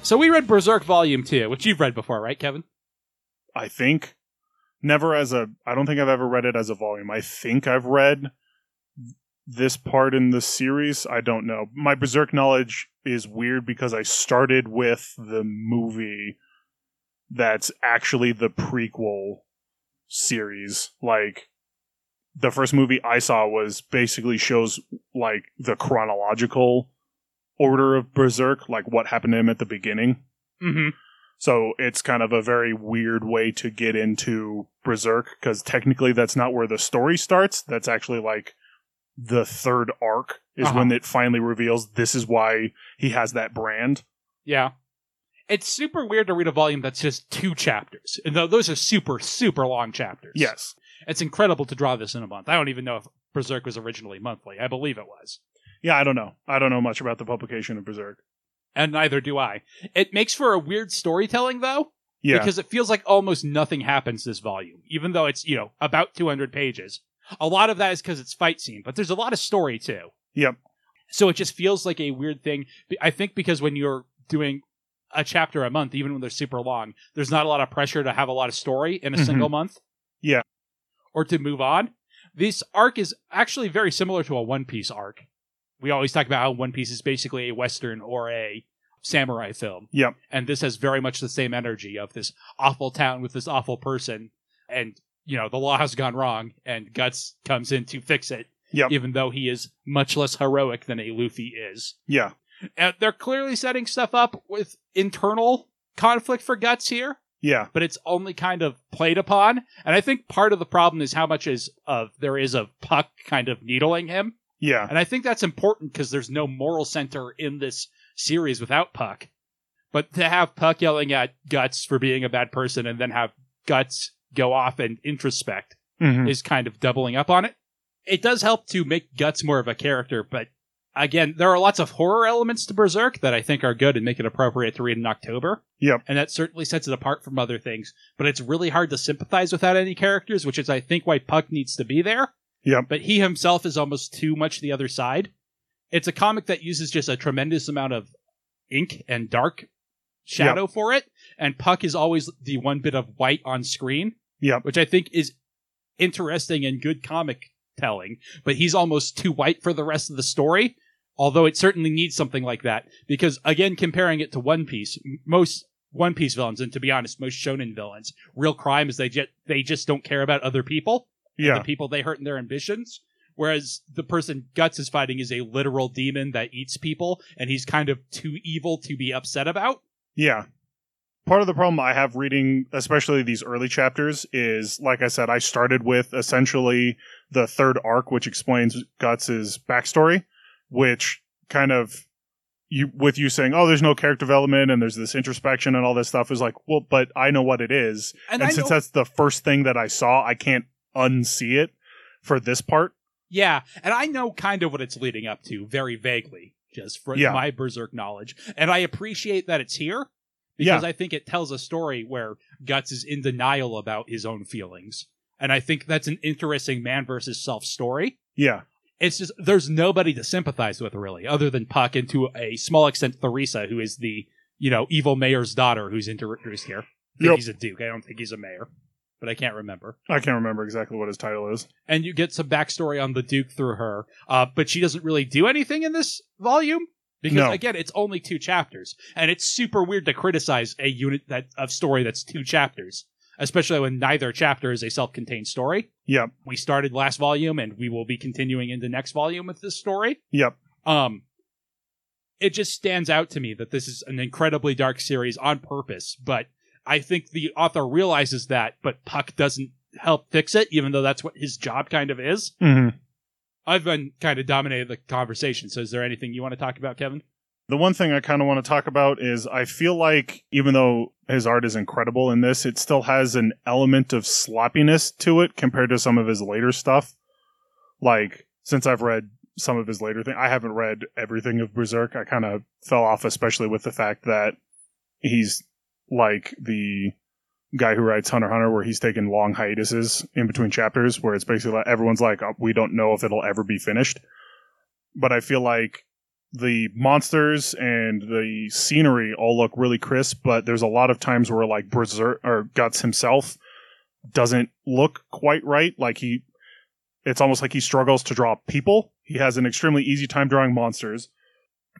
So we read Berserk Volume 2, which you've read before, right, Kevin? I think. Never as a I don't think I've ever read it as a volume. I think I've read this part in the series. I don't know. My Berserk knowledge is weird because I started with the movie that's actually the prequel series. Like the first movie I saw was basically shows like the chronological order of Berserk, like what happened to him at the beginning. Mm-hmm. So it's kind of a very weird way to get into Berserk because technically that's not where the story starts. That's actually like the third arc is Uh-huh. when it finally reveals this is why he has that brand. Yeah. It's super weird to read a volume that's just two chapters. And tho- those are super, super long chapters. Yes. It's incredible to draw this in a month. I don't even know if Berserk was originally monthly. I believe it was. Yeah, I don't know. I don't know much about the publication of Berserk. And neither do I. It makes for a weird storytelling, though, Yeah. because it feels like almost nothing happens this volume, even though it's, you know, about 200 pages. A lot of that is because it's fight scene, but there's a lot of story, too. Yep. So it just feels like a weird thing. B- I think because when you're doing a chapter a month, even when they're super long, there's not a lot of pressure to have a lot of story in a Mhm. single month. Yeah. Or to move on. This arc is actually very similar to a One Piece arc. We always talk about how One Piece is basically a Western or a samurai film. Yep. And this has very much the same energy of this awful town with this awful person. And, you know, the law has gone wrong and Guts comes in to fix it. Yep. Even though he is much less heroic than a Luffy is. yeah. And Uh, they're clearly setting stuff up with internal conflict for Guts here Yeah. but it's only kind of played upon. And I think part of the problem is how much is of there is of Puck kind of needling him, Yeah. and I think that's important because there's no moral center in this series without Puck. But to have Puck yelling at Guts for being a bad person and then have Guts go off and introspect Mhm. is kind of doubling up on it. It does help to make Guts more of a character, but again, there are lots of horror elements to Berserk that I think are good and make it appropriate to read in October. Yep. And that certainly sets it apart from other things, but it's really hard to sympathize without any characters, which is, I think, why Puck needs to be there. Yep. But he himself is almost too much the other side. It's a comic that uses just a tremendous amount of ink and dark shadow for it, and Puck is always the one bit of white on screen Yep. which I think is interesting and good comic telling, but he's almost too white for the rest of the story. Although it certainly needs something like that, because again, comparing it to One Piece, m- most One Piece villains, and to be honest, most shonen villains, real crime is they just they just don't care about other people, and Yeah. the people they hurt and their ambitions. Whereas the person Guts is fighting is a literal demon that eats people, and he's kind of too evil to be upset about. Yeah. Part of the problem I have reading, especially these early chapters, is like I said, I started with essentially the third arc, which explains Guts's backstory, which kind of you with you saying, "Oh, there's no character development and there's this introspection and all this stuff," is like, well, but I know what it is, And, and, I since know, that's the first thing that I saw, I can't unsee it for this part. Yeah, and I know kind of what it's leading up to very vaguely, just from Yeah. my berserk knowledge. And I appreciate that it's here because I think it tells a story where Guts is in denial about his own feelings. And I think that's an interesting man versus self story. Yeah, It's just there's nobody to sympathize with really, other than Puck and to a small extent Theresa, who is the you know, evil mayor's daughter who's introduced here. I think Yep. he's a duke. I don't think he's a mayor, but I can't remember. I can't remember exactly what his title is. And you get some backstory on the duke through her, uh, but she doesn't really do anything in this volume because, No. again, it's only two chapters, and it's super weird to criticize a unit that of story that's two chapters, especially when neither chapter is a self-contained story. Yep. We started last volume, and we will be continuing into next volume with this story. Yep. Um, it just stands out to me that this is an incredibly dark series on purpose, but I think the author realizes that, but Puck doesn't help fix it, even though that's what his job kind of is. Mm-hmm. I've been kind of dominated the conversation, so is there anything you want to talk about, Kevin? The one thing I kind of want to talk about is I feel like even though his art is incredible in this, it still has an element of sloppiness to it compared to some of his later stuff. Like since I've read some of his later things, I haven't read everything of Berserk. I kind of fell off, especially with the fact that he's like the guy who writes Hunter x Hunter, where he's taken long hiatuses in between chapters, where it's basically like everyone's like, "Oh, we don't know if it'll ever be finished. But I feel like the monsters and the scenery all look really crisp, but there's a lot of times where like Berserk or Guts himself doesn't look quite right. Like he, it's almost like he struggles to draw people. He has an extremely easy time drawing monsters.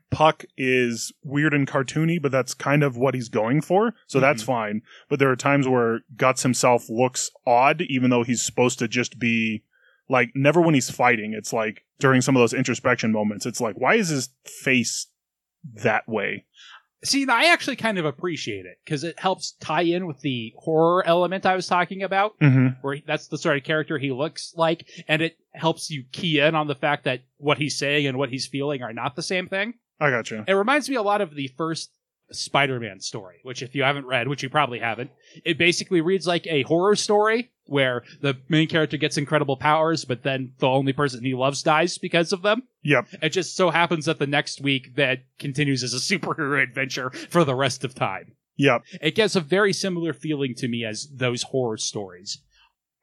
Puck is weird and cartoony, but that's kind of what he's going for, so that's fine. But there are times where Guts himself looks odd, even though he's supposed to just be like never when he's fighting. It's like during some of those introspection moments. It's like why is his face that way? See, I actually kind of appreciate it because it helps tie in with the horror element I was talking about. Mm-hmm. where he, that's the sort of character he looks like, and it helps you key in on the fact that what he's saying and what he's feeling are not the same thing. I gotcha. It reminds me a lot of the first Spider-Man story, which if you haven't read, which you probably haven't, it basically reads like a horror story where the main character gets incredible powers, but then the only person he loves dies because of them. Yep. It just so happens that the next week that continues as a *laughs* superhero adventure for the rest of time Yep. it gets a very similar feeling to me as those horror stories.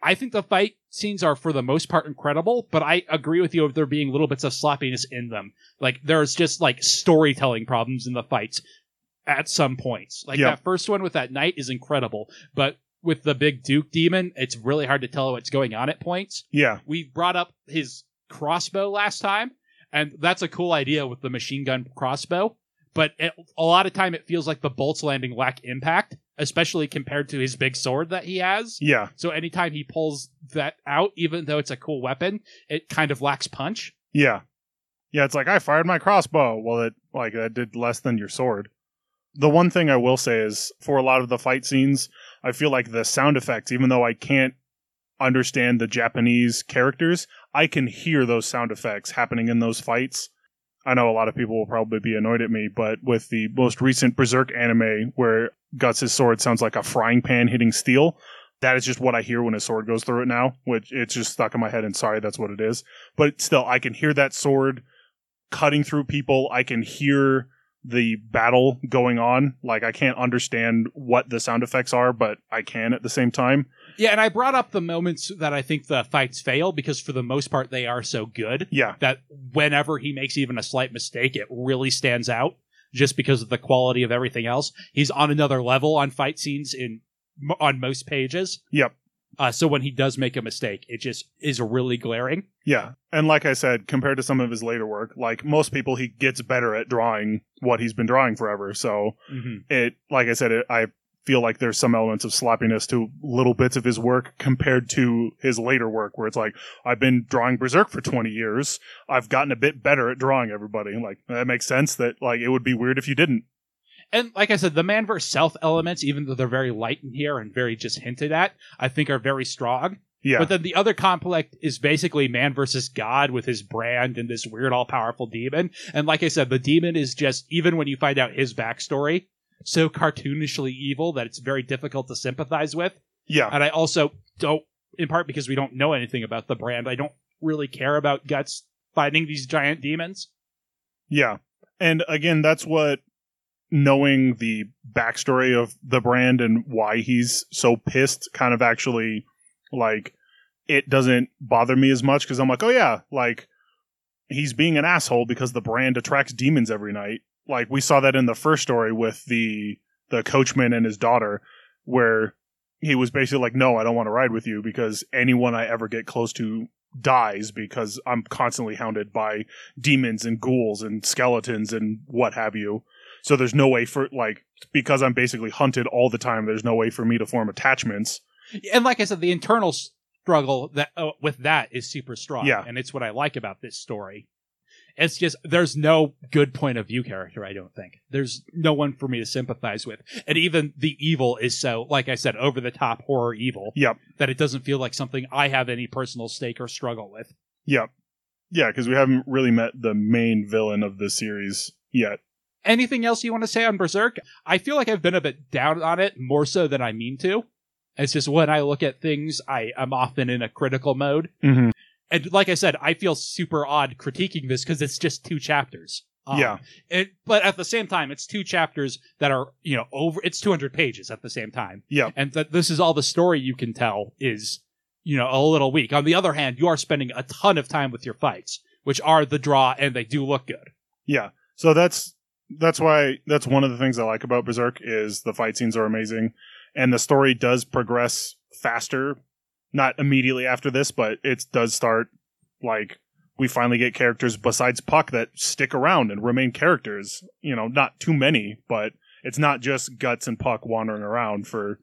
I think the fight scenes are for the most part incredible, but I agree with you of there being little bits of sloppiness in them. Like there's just like storytelling problems in the fights at some points. Like Yeah. that first one with that knight is incredible, but with the big duke demon, it's really hard to tell what's going on at points. Yeah. We brought up his crossbow last time, and that's a cool idea with the machine gun crossbow. But it, a lot of time, it feels like the bolts landing lack impact, especially compared to his big sword that he has. Yeah. So anytime he pulls that out, even though it's a cool weapon, it kind of lacks punch. Yeah. Yeah, it's like I fired my crossbow. Well, it like that did less than your sword. The one thing I will say is for a lot of the fight scenes, I feel like the sound effects, even though I can't understand the Japanese characters, I can hear those sound effects happening in those fights. I know a lot of people will probably be annoyed at me, but with the most recent Berserk anime where Guts' sword sounds like a frying pan hitting steel, that is just what I hear when his sword goes through it now, which it's just stuck in my head and sorry that's what it is but still i can hear that sword cutting through people i can hear the battle going on like i can't understand what the sound effects are but i can at the same time Yeah, and I brought up the moments that I think the fights fail because for the most part, they are so good. yeah that whenever he makes even a slight mistake, it really stands out just because of the quality of everything else. He's on another level on fight scenes in on most pages. Yep. Uh, so when he does make a mistake, it just is really glaring. yeah and like i said compared to some of his later work like most people he gets better at drawing what he's been drawing forever so it like i said it, i feel like there's some elements of sloppiness to little bits of his work compared to his later work where it's like i've been drawing berserk for 20 years i've gotten a bit better at drawing everybody And, like that makes sense that like it would be weird if you didn't And like I said, the man versus self elements, even though they're very light in here and very just hinted at, I think are very strong. yeah But then the other complex is basically man versus God with his brand and this weird, all powerful demon. And like I said, the demon is just, even when you find out his backstory, so cartoonishly evil that it's very difficult to sympathize with. yeah And I also don't, in part because we don't know anything about the brand, I don't really care about Guts fighting these giant demons. yeah and again that's what knowing the backstory of the brand and why he's so pissed kind of actually like it doesn't bother me as much because I'm like, oh yeah, like he's being an asshole because the brand attracts demons every night. Like we saw that in the first story with the the coachman and his daughter, where he was basically like, "No, I don't want to ride with you because anyone I ever get close to dies because I'm constantly hounded by demons and ghouls and skeletons and what have you." So there's no way for like because I'm basically hunted all the time. There's no way for me to form attachments. And like I said, the internal struggle that uh, with that is super strong. Yeah. and it's what I like about this story. It's just there's no good point of view character. I don't think there's no one for me to sympathize with, and even the evil is so like I said over the top horror evil. Yep. that it doesn't feel like something I have any personal stake or struggle with. Yeah, because we haven't really met the main villain of the series yet. anything else you want to say on Berserk? I feel like I've been a bit down on it more so than I mean to. It's just when I look at things, I am often in a critical mode. Mm-hmm. And like I said, I feel super odd critiquing this because it's just two chapters. Um, Yeah. It, but at the same time, it's two chapters that are, you know, over, it's 200 pages at the same time. Yeah. And that this is all the story you can tell is, you know, a little weak. On the other hand, you are spending a ton of time with your fights, which are the draw and they do look good. Yeah. So that's that's why that's one of the things I like about Berserk is the fight scenes are amazing and the story does progress faster not immediately after this, but it does start like we finally get characters besides Puck that stick around and remain characters. You know, not too many, but it's not just Guts and Puck wandering around for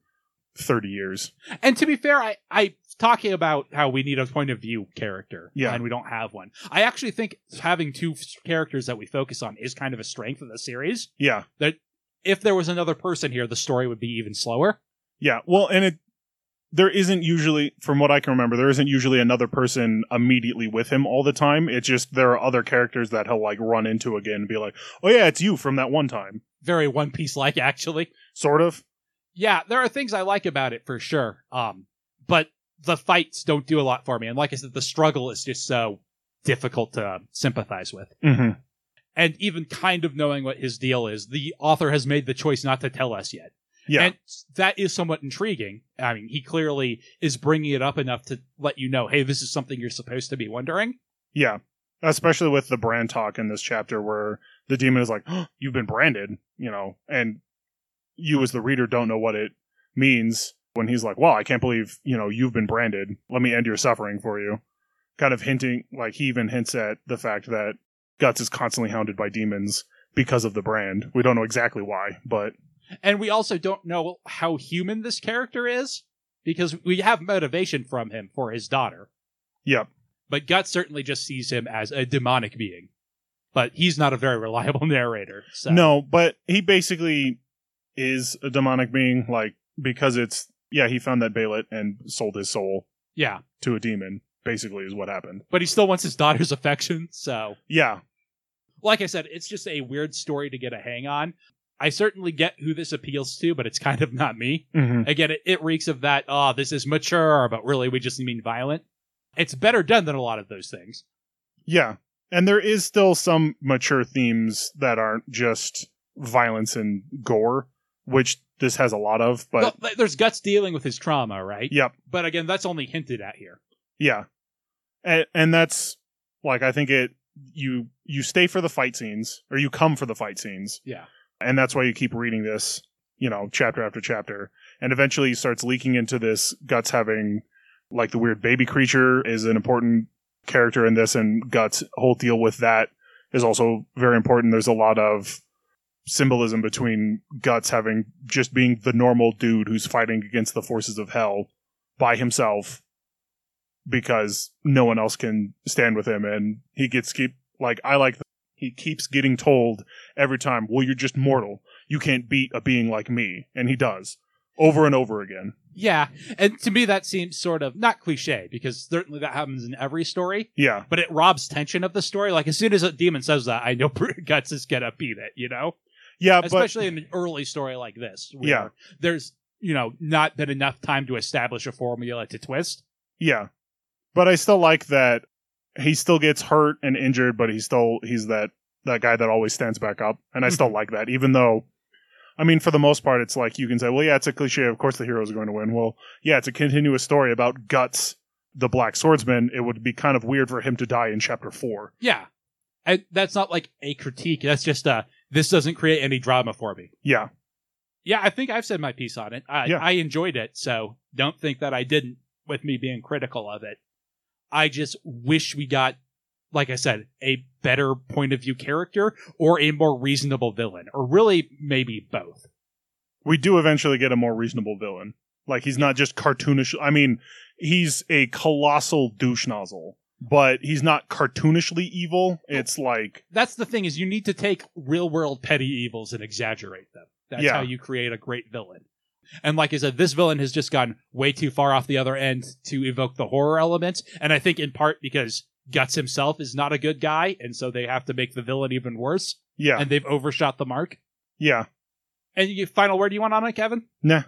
30 years. And to be fair, I I talking about how we need a point of view character, Yeah. and we don't have one. I actually think having two f- characters that we focus on is kind of a strength of the series. Yeah. If there was another person here, the story would be even slower. Yeah, well, and it there isn't usually, from what I can remember, there isn't usually another person immediately with him all the time. It's just there are other characters that he'll like run into again and be like, "Oh yeah, it's you from that one time," Very One Piece like, actually. sort of. Yeah, there are things I like about it for sure. Um, but the fights don't do a lot for me, and like I said, the struggle is just so difficult to um, sympathize with. Mm-hmm. And even kind of knowing what his deal is, the author has made the choice not to tell us yet. Yeah, And that is somewhat intriguing. I mean, he clearly is bringing it up enough to let you know, hey, this is something you're supposed to be wondering. yeah. Especially with the brand talk in this chapter, where the demon is like, "Oh, "You've been branded," you know, and you as the reader don't know what it means when he's like, "Wow, I can't believe you know you've been branded. Let me end your suffering for you." Kind of hinting, like he even hints at the fact that Guts is constantly hounded by demons because of the brand. We don't know exactly why, but And we also don't know how human this character is because we have motivation from him for his daughter. Yep. But Gut certainly just sees him as a demonic being. But he's not a very reliable *laughs* narrator. So no, but he basically is a demonic being, like because it's yeah, he found that Baylet and sold his soul Yeah. to a demon. Basically, is what happened. But he still wants his daughter's *laughs* affection, so Yeah, like I said, it's just a weird story to get a hang on. I certainly get who this appeals to, but it's kind of not me. mm-hmm. Again, it, it reeks of that, oh, this is mature, but really we just mean violent. It's better done than a lot of those things. yeah, and there is still some mature themes that aren't just violence and gore, which this has a lot of. But Well, th- there's Guts dealing with his trauma, right? Yep. But again, that's only hinted at here. Yeah, and, and that's like I think it you you stay for the fight scenes or you come for the fight scenes. Yeah. and that's why you keep reading this, you know, chapter after chapter, and eventually it starts leaking into this guts having like the weird baby creature is an important character in this, and guts whole deal with that is also very important. There's a lot of symbolism between guts having just being the normal dude who's fighting against the forces of hell by himself because no one else can stand with him and he gets keep like i like he keeps getting told every time well you're just mortal you can't beat a being like me and he does over and over again Yeah. And to me, that seems sort of not cliche because certainly that happens in every story, yeah but it robs tension of the story. Like as soon as a demon says that, I know *laughs* Guts is going to beat it, you know? yeah Uh, but especially in an early story like this where Yeah. there's, you know, not been enough time to establish a formula to twist. yeah but i still like that he still gets hurt and injured but he's still he's that that guy that always stands back up and i still like that even though i mean for the most part it's like you can say well yeah it's a cliche of course the hero is going to win well yeah it's a continuous story about guts the black swordsman it would be kind of weird for him to die in chapter four Yeah. And that's not like a critique. That's just a this doesn't create any drama for me. Yeah. Yeah, I think I've said my piece on it. I, Yeah. I enjoyed it, so don't think that I didn't with me being critical of it. I just wish we got, like I said, a better point of view character or a more reasonable villain, or really maybe both. we do eventually get a more reasonable villain. Like he's not just cartoonish. I mean, he's a colossal douche nozzle, but he's not cartoonishly evil. It's like That's the thing is you need to take real world petty evils and exaggerate them. That's Yeah. how you create a great villain. And like I said, this villain has just gone way too far off the other end to evoke the horror elements. And I think in part because Guts himself is not a good guy, and so they have to make the villain even worse. yeah, and they've overshot the mark. yeah. And you, final word you want on it, Kevin? Nah.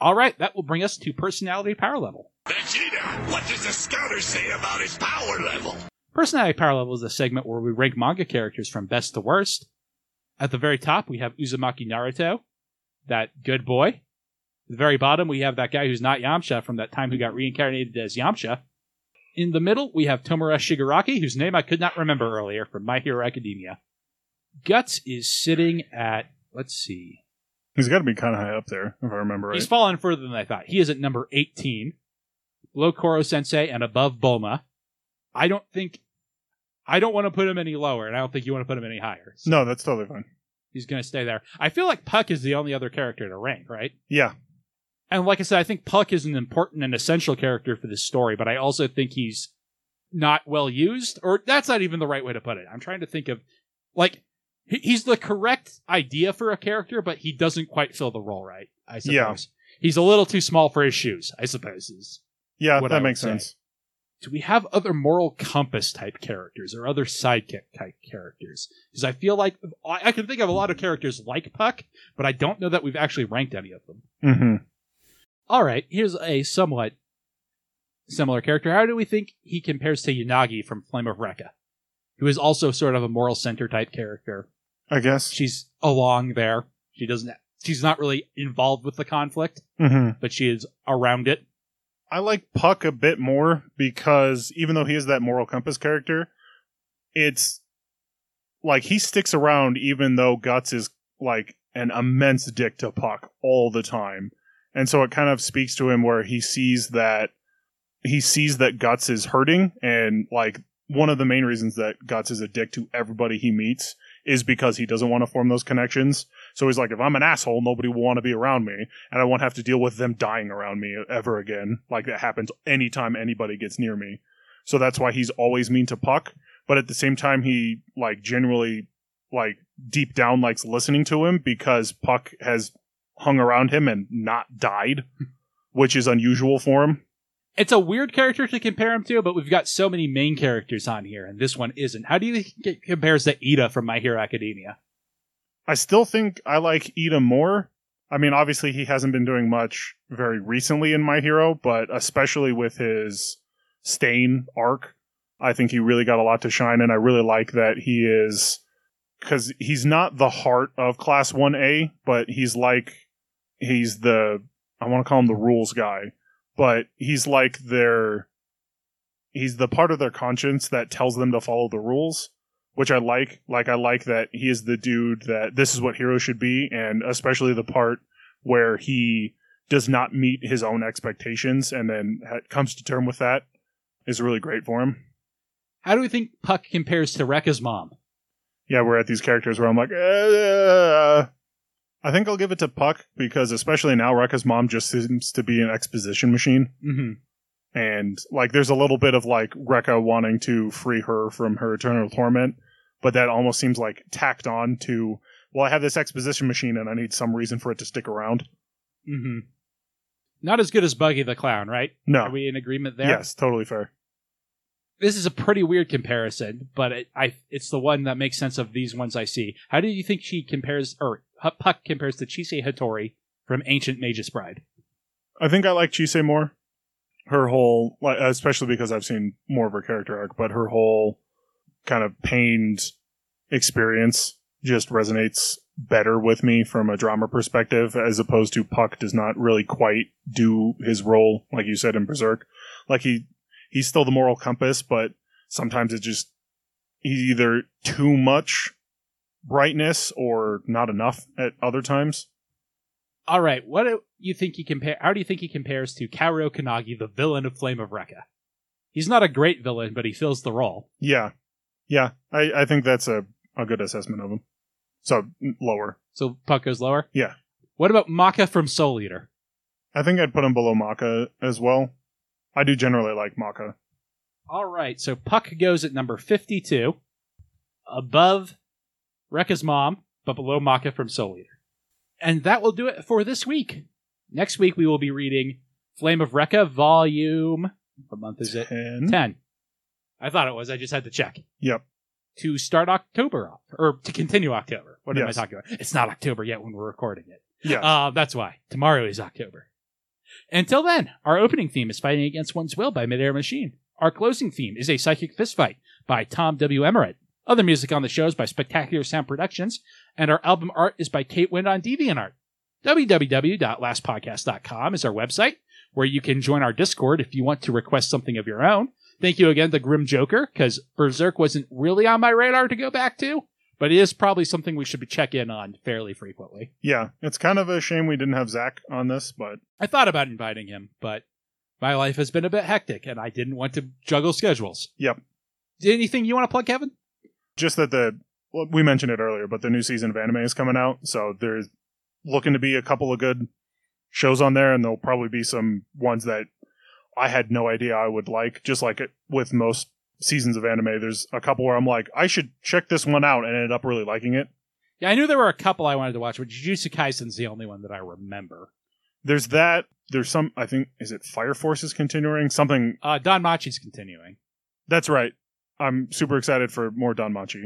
All right, that will bring us to personality power level. Vegeta, what does the scouter say about his power level? Personality power level is a segment where we rank manga characters from best to worst. At the very top, we have Uzumaki Naruto, that good boy. At the very bottom, we have that guy who's not Yamcha from that time who got reincarnated as Yamcha. In the middle, we have Tomura Shigaraki, whose name I could not remember earlier from My Hero Academia. Guts is sitting at, let's see, He's got to be kind of high up there, if I remember right. He's fallen further than I thought. He is at number 18, below Koro Sensei and above Bulma. I don't think, I don't want to put him any lower, and I don't think you want to put him any higher. So no, that's totally fine. He's going to stay there. I feel like Puck is the only other character to rank, right? Yeah, And like I said, I think Puck is an important and essential character for this story, but I also think he's not well used, or that's not even the right way to put it. I'm trying to think of, like, he- he's the correct idea for a character, but he doesn't quite fill the role right, I suppose. Yeah. He's a little too small for his shoes, I suppose. Is. yeah, What I that would makes say. sense. Do we have other moral compass type characters or other sidekick type characters? Because I feel like I I can think of a lot of characters like Puck, but I don't know that we've actually ranked any of them. hmm all right, here's a somewhat similar character. How do we think he compares to Yanagi from Flame of Recca, who is also sort of a moral center type character? I guess. She's along there. She doesn't. She's not really involved with the conflict, hmm but she is around it. I like Puck a bit more because even though he is that moral compass character, it's like he sticks around even though Guts is like an immense dick to Puck all the time. And so it kind of speaks to him where he sees that he sees that Guts is hurting and like one of the main reasons that Guts is a dick to everybody he meets is because he doesn't want to form those connections. So he's like, if I'm an asshole, nobody will want to be around me and I won't have to deal with them dying around me ever again. Like that happens anytime anybody gets near me. So that's why he's always mean to Puck. But at the same time, he like generally like deep down likes listening to him because Puck has hung around him and not died, which is unusual for him. It's a weird character to compare him to, but we've got so many main characters on here, and this one isn't. How do you think it compares to Ida from My Hero Academia? I still think I like Ida more. I mean, obviously he hasn't been doing much very recently in My Hero, but especially with his Stain arc, I think he really got a lot to shine, and I really like that he is because he's not the heart of Class One A, but he's like he's the I want to call him the rules guy, but he's like their he's the part of their conscience that tells them to follow the rules which I like. Like I like that he is the dude that this is what heroes should be, and especially the part where he does not meet his own expectations and then ha- comes to term with that is really great for him. How do we think Puck compares to Rekka's mom? Yeah, we're at these characters where I'm like, uh, I think I'll give it to Puck because especially now Rekka's mom just seems to be an exposition machine. Mm-hmm. and like there's a little bit of like Rekka wanting to free her from her eternal torment, but that almost seems like tacked on to well, I have this exposition machine and I need some reason for it to stick around. Mm-hmm. Not as good as Buggy the Clown, right? Are No, we in agreement there? yes, totally fair. This is a pretty weird comparison, but it, I it's the one that makes sense of these ones I see. How do you think she compares, or H- Puck compares to Chisei Hattori from Ancient Mage's Bride? I think I like Chisei more. Her whole, like, especially because I've seen more of her character arc, but her whole kind of pained experience just resonates better with me from a drama perspective, as opposed to Puck does not really quite do his role, like you said in Berserk. Like he, he's still the moral compass, but sometimes it just he's either too much brightness or not enough at other times. All right, what do you think he compare? How do you think he compares to Kaoru Kanagi, the villain of Flame of Recca? He's not a great villain, but he fills the role. Yeah. Yeah. I, I think that's a, a good assessment of him. So n- lower. So Puck goes lower. Yeah. What about Maka from Soul Eater? I think I'd put him below Maka as well. I do generally like Maka. All right, so Puck goes at number fifty-two, above Rekka's mom, but below Maka from Soul Eater. And that will do it for this week. Next week we will be reading Flame of Recca, Volume. What month is it? 10. 10. I thought it was. I just had to check. Hmm? Yep. To start October off, or to continue October. What am I Yes. talking about? It's not October yet when we're recording it. Yeah. Uh, that's why. Tomorrow is October. Until then, our opening theme is Fighting Against One's Will by Midair Machine. Our closing theme is A Psychic Fistfight by Tom W. Emmerich. Other music on the show is by Spectacular Sound Productions, and our album art is by Kate Wind on DeviantArt. www.lastpodcast.com is our website, where you can join our Discord if you want to request something of your own. Thank you again to Grim Joker, because Berserk wasn't really on my radar to go back to, but it is probably something we should be check in on fairly frequently. Yeah. It's kind of a shame we didn't have Zach on this, but I thought about inviting him, but my life has been a bit hectic and I didn't want to juggle schedules. Yep. Anything you want to plug, Kevin? just that the well, we mentioned it earlier, but the new season of anime is coming out, so there's looking to be a couple of good shows on there, and there'll probably be some ones that I had no idea I would like. Just like it, with most seasons of anime, there's a couple where I'm like, I should check this one out, and ended up really liking it. Yeah, I knew there were a couple I wanted to watch, but Jujutsu Kaisen's the only one that I remember. There's that. There's some. I think is it Fire Force is continuing something. Uh, Don Machi's continuing. That's right. I'm super excited for more Danmachi.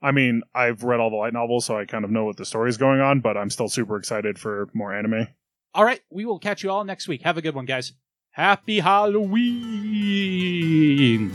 I mean, I've read all the light novels, so I kind of know what the story's going on, but I'm still super excited for more anime. All right, we will catch you all next week. Have a good one, guys. Happy Halloween!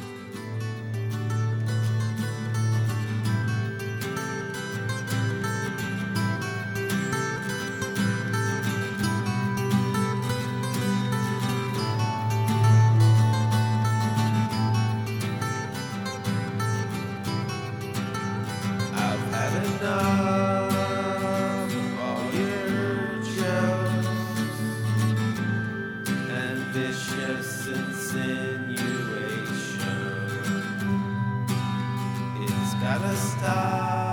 I've had enough of all your jokes and vicious insinuations. It's gotta stop.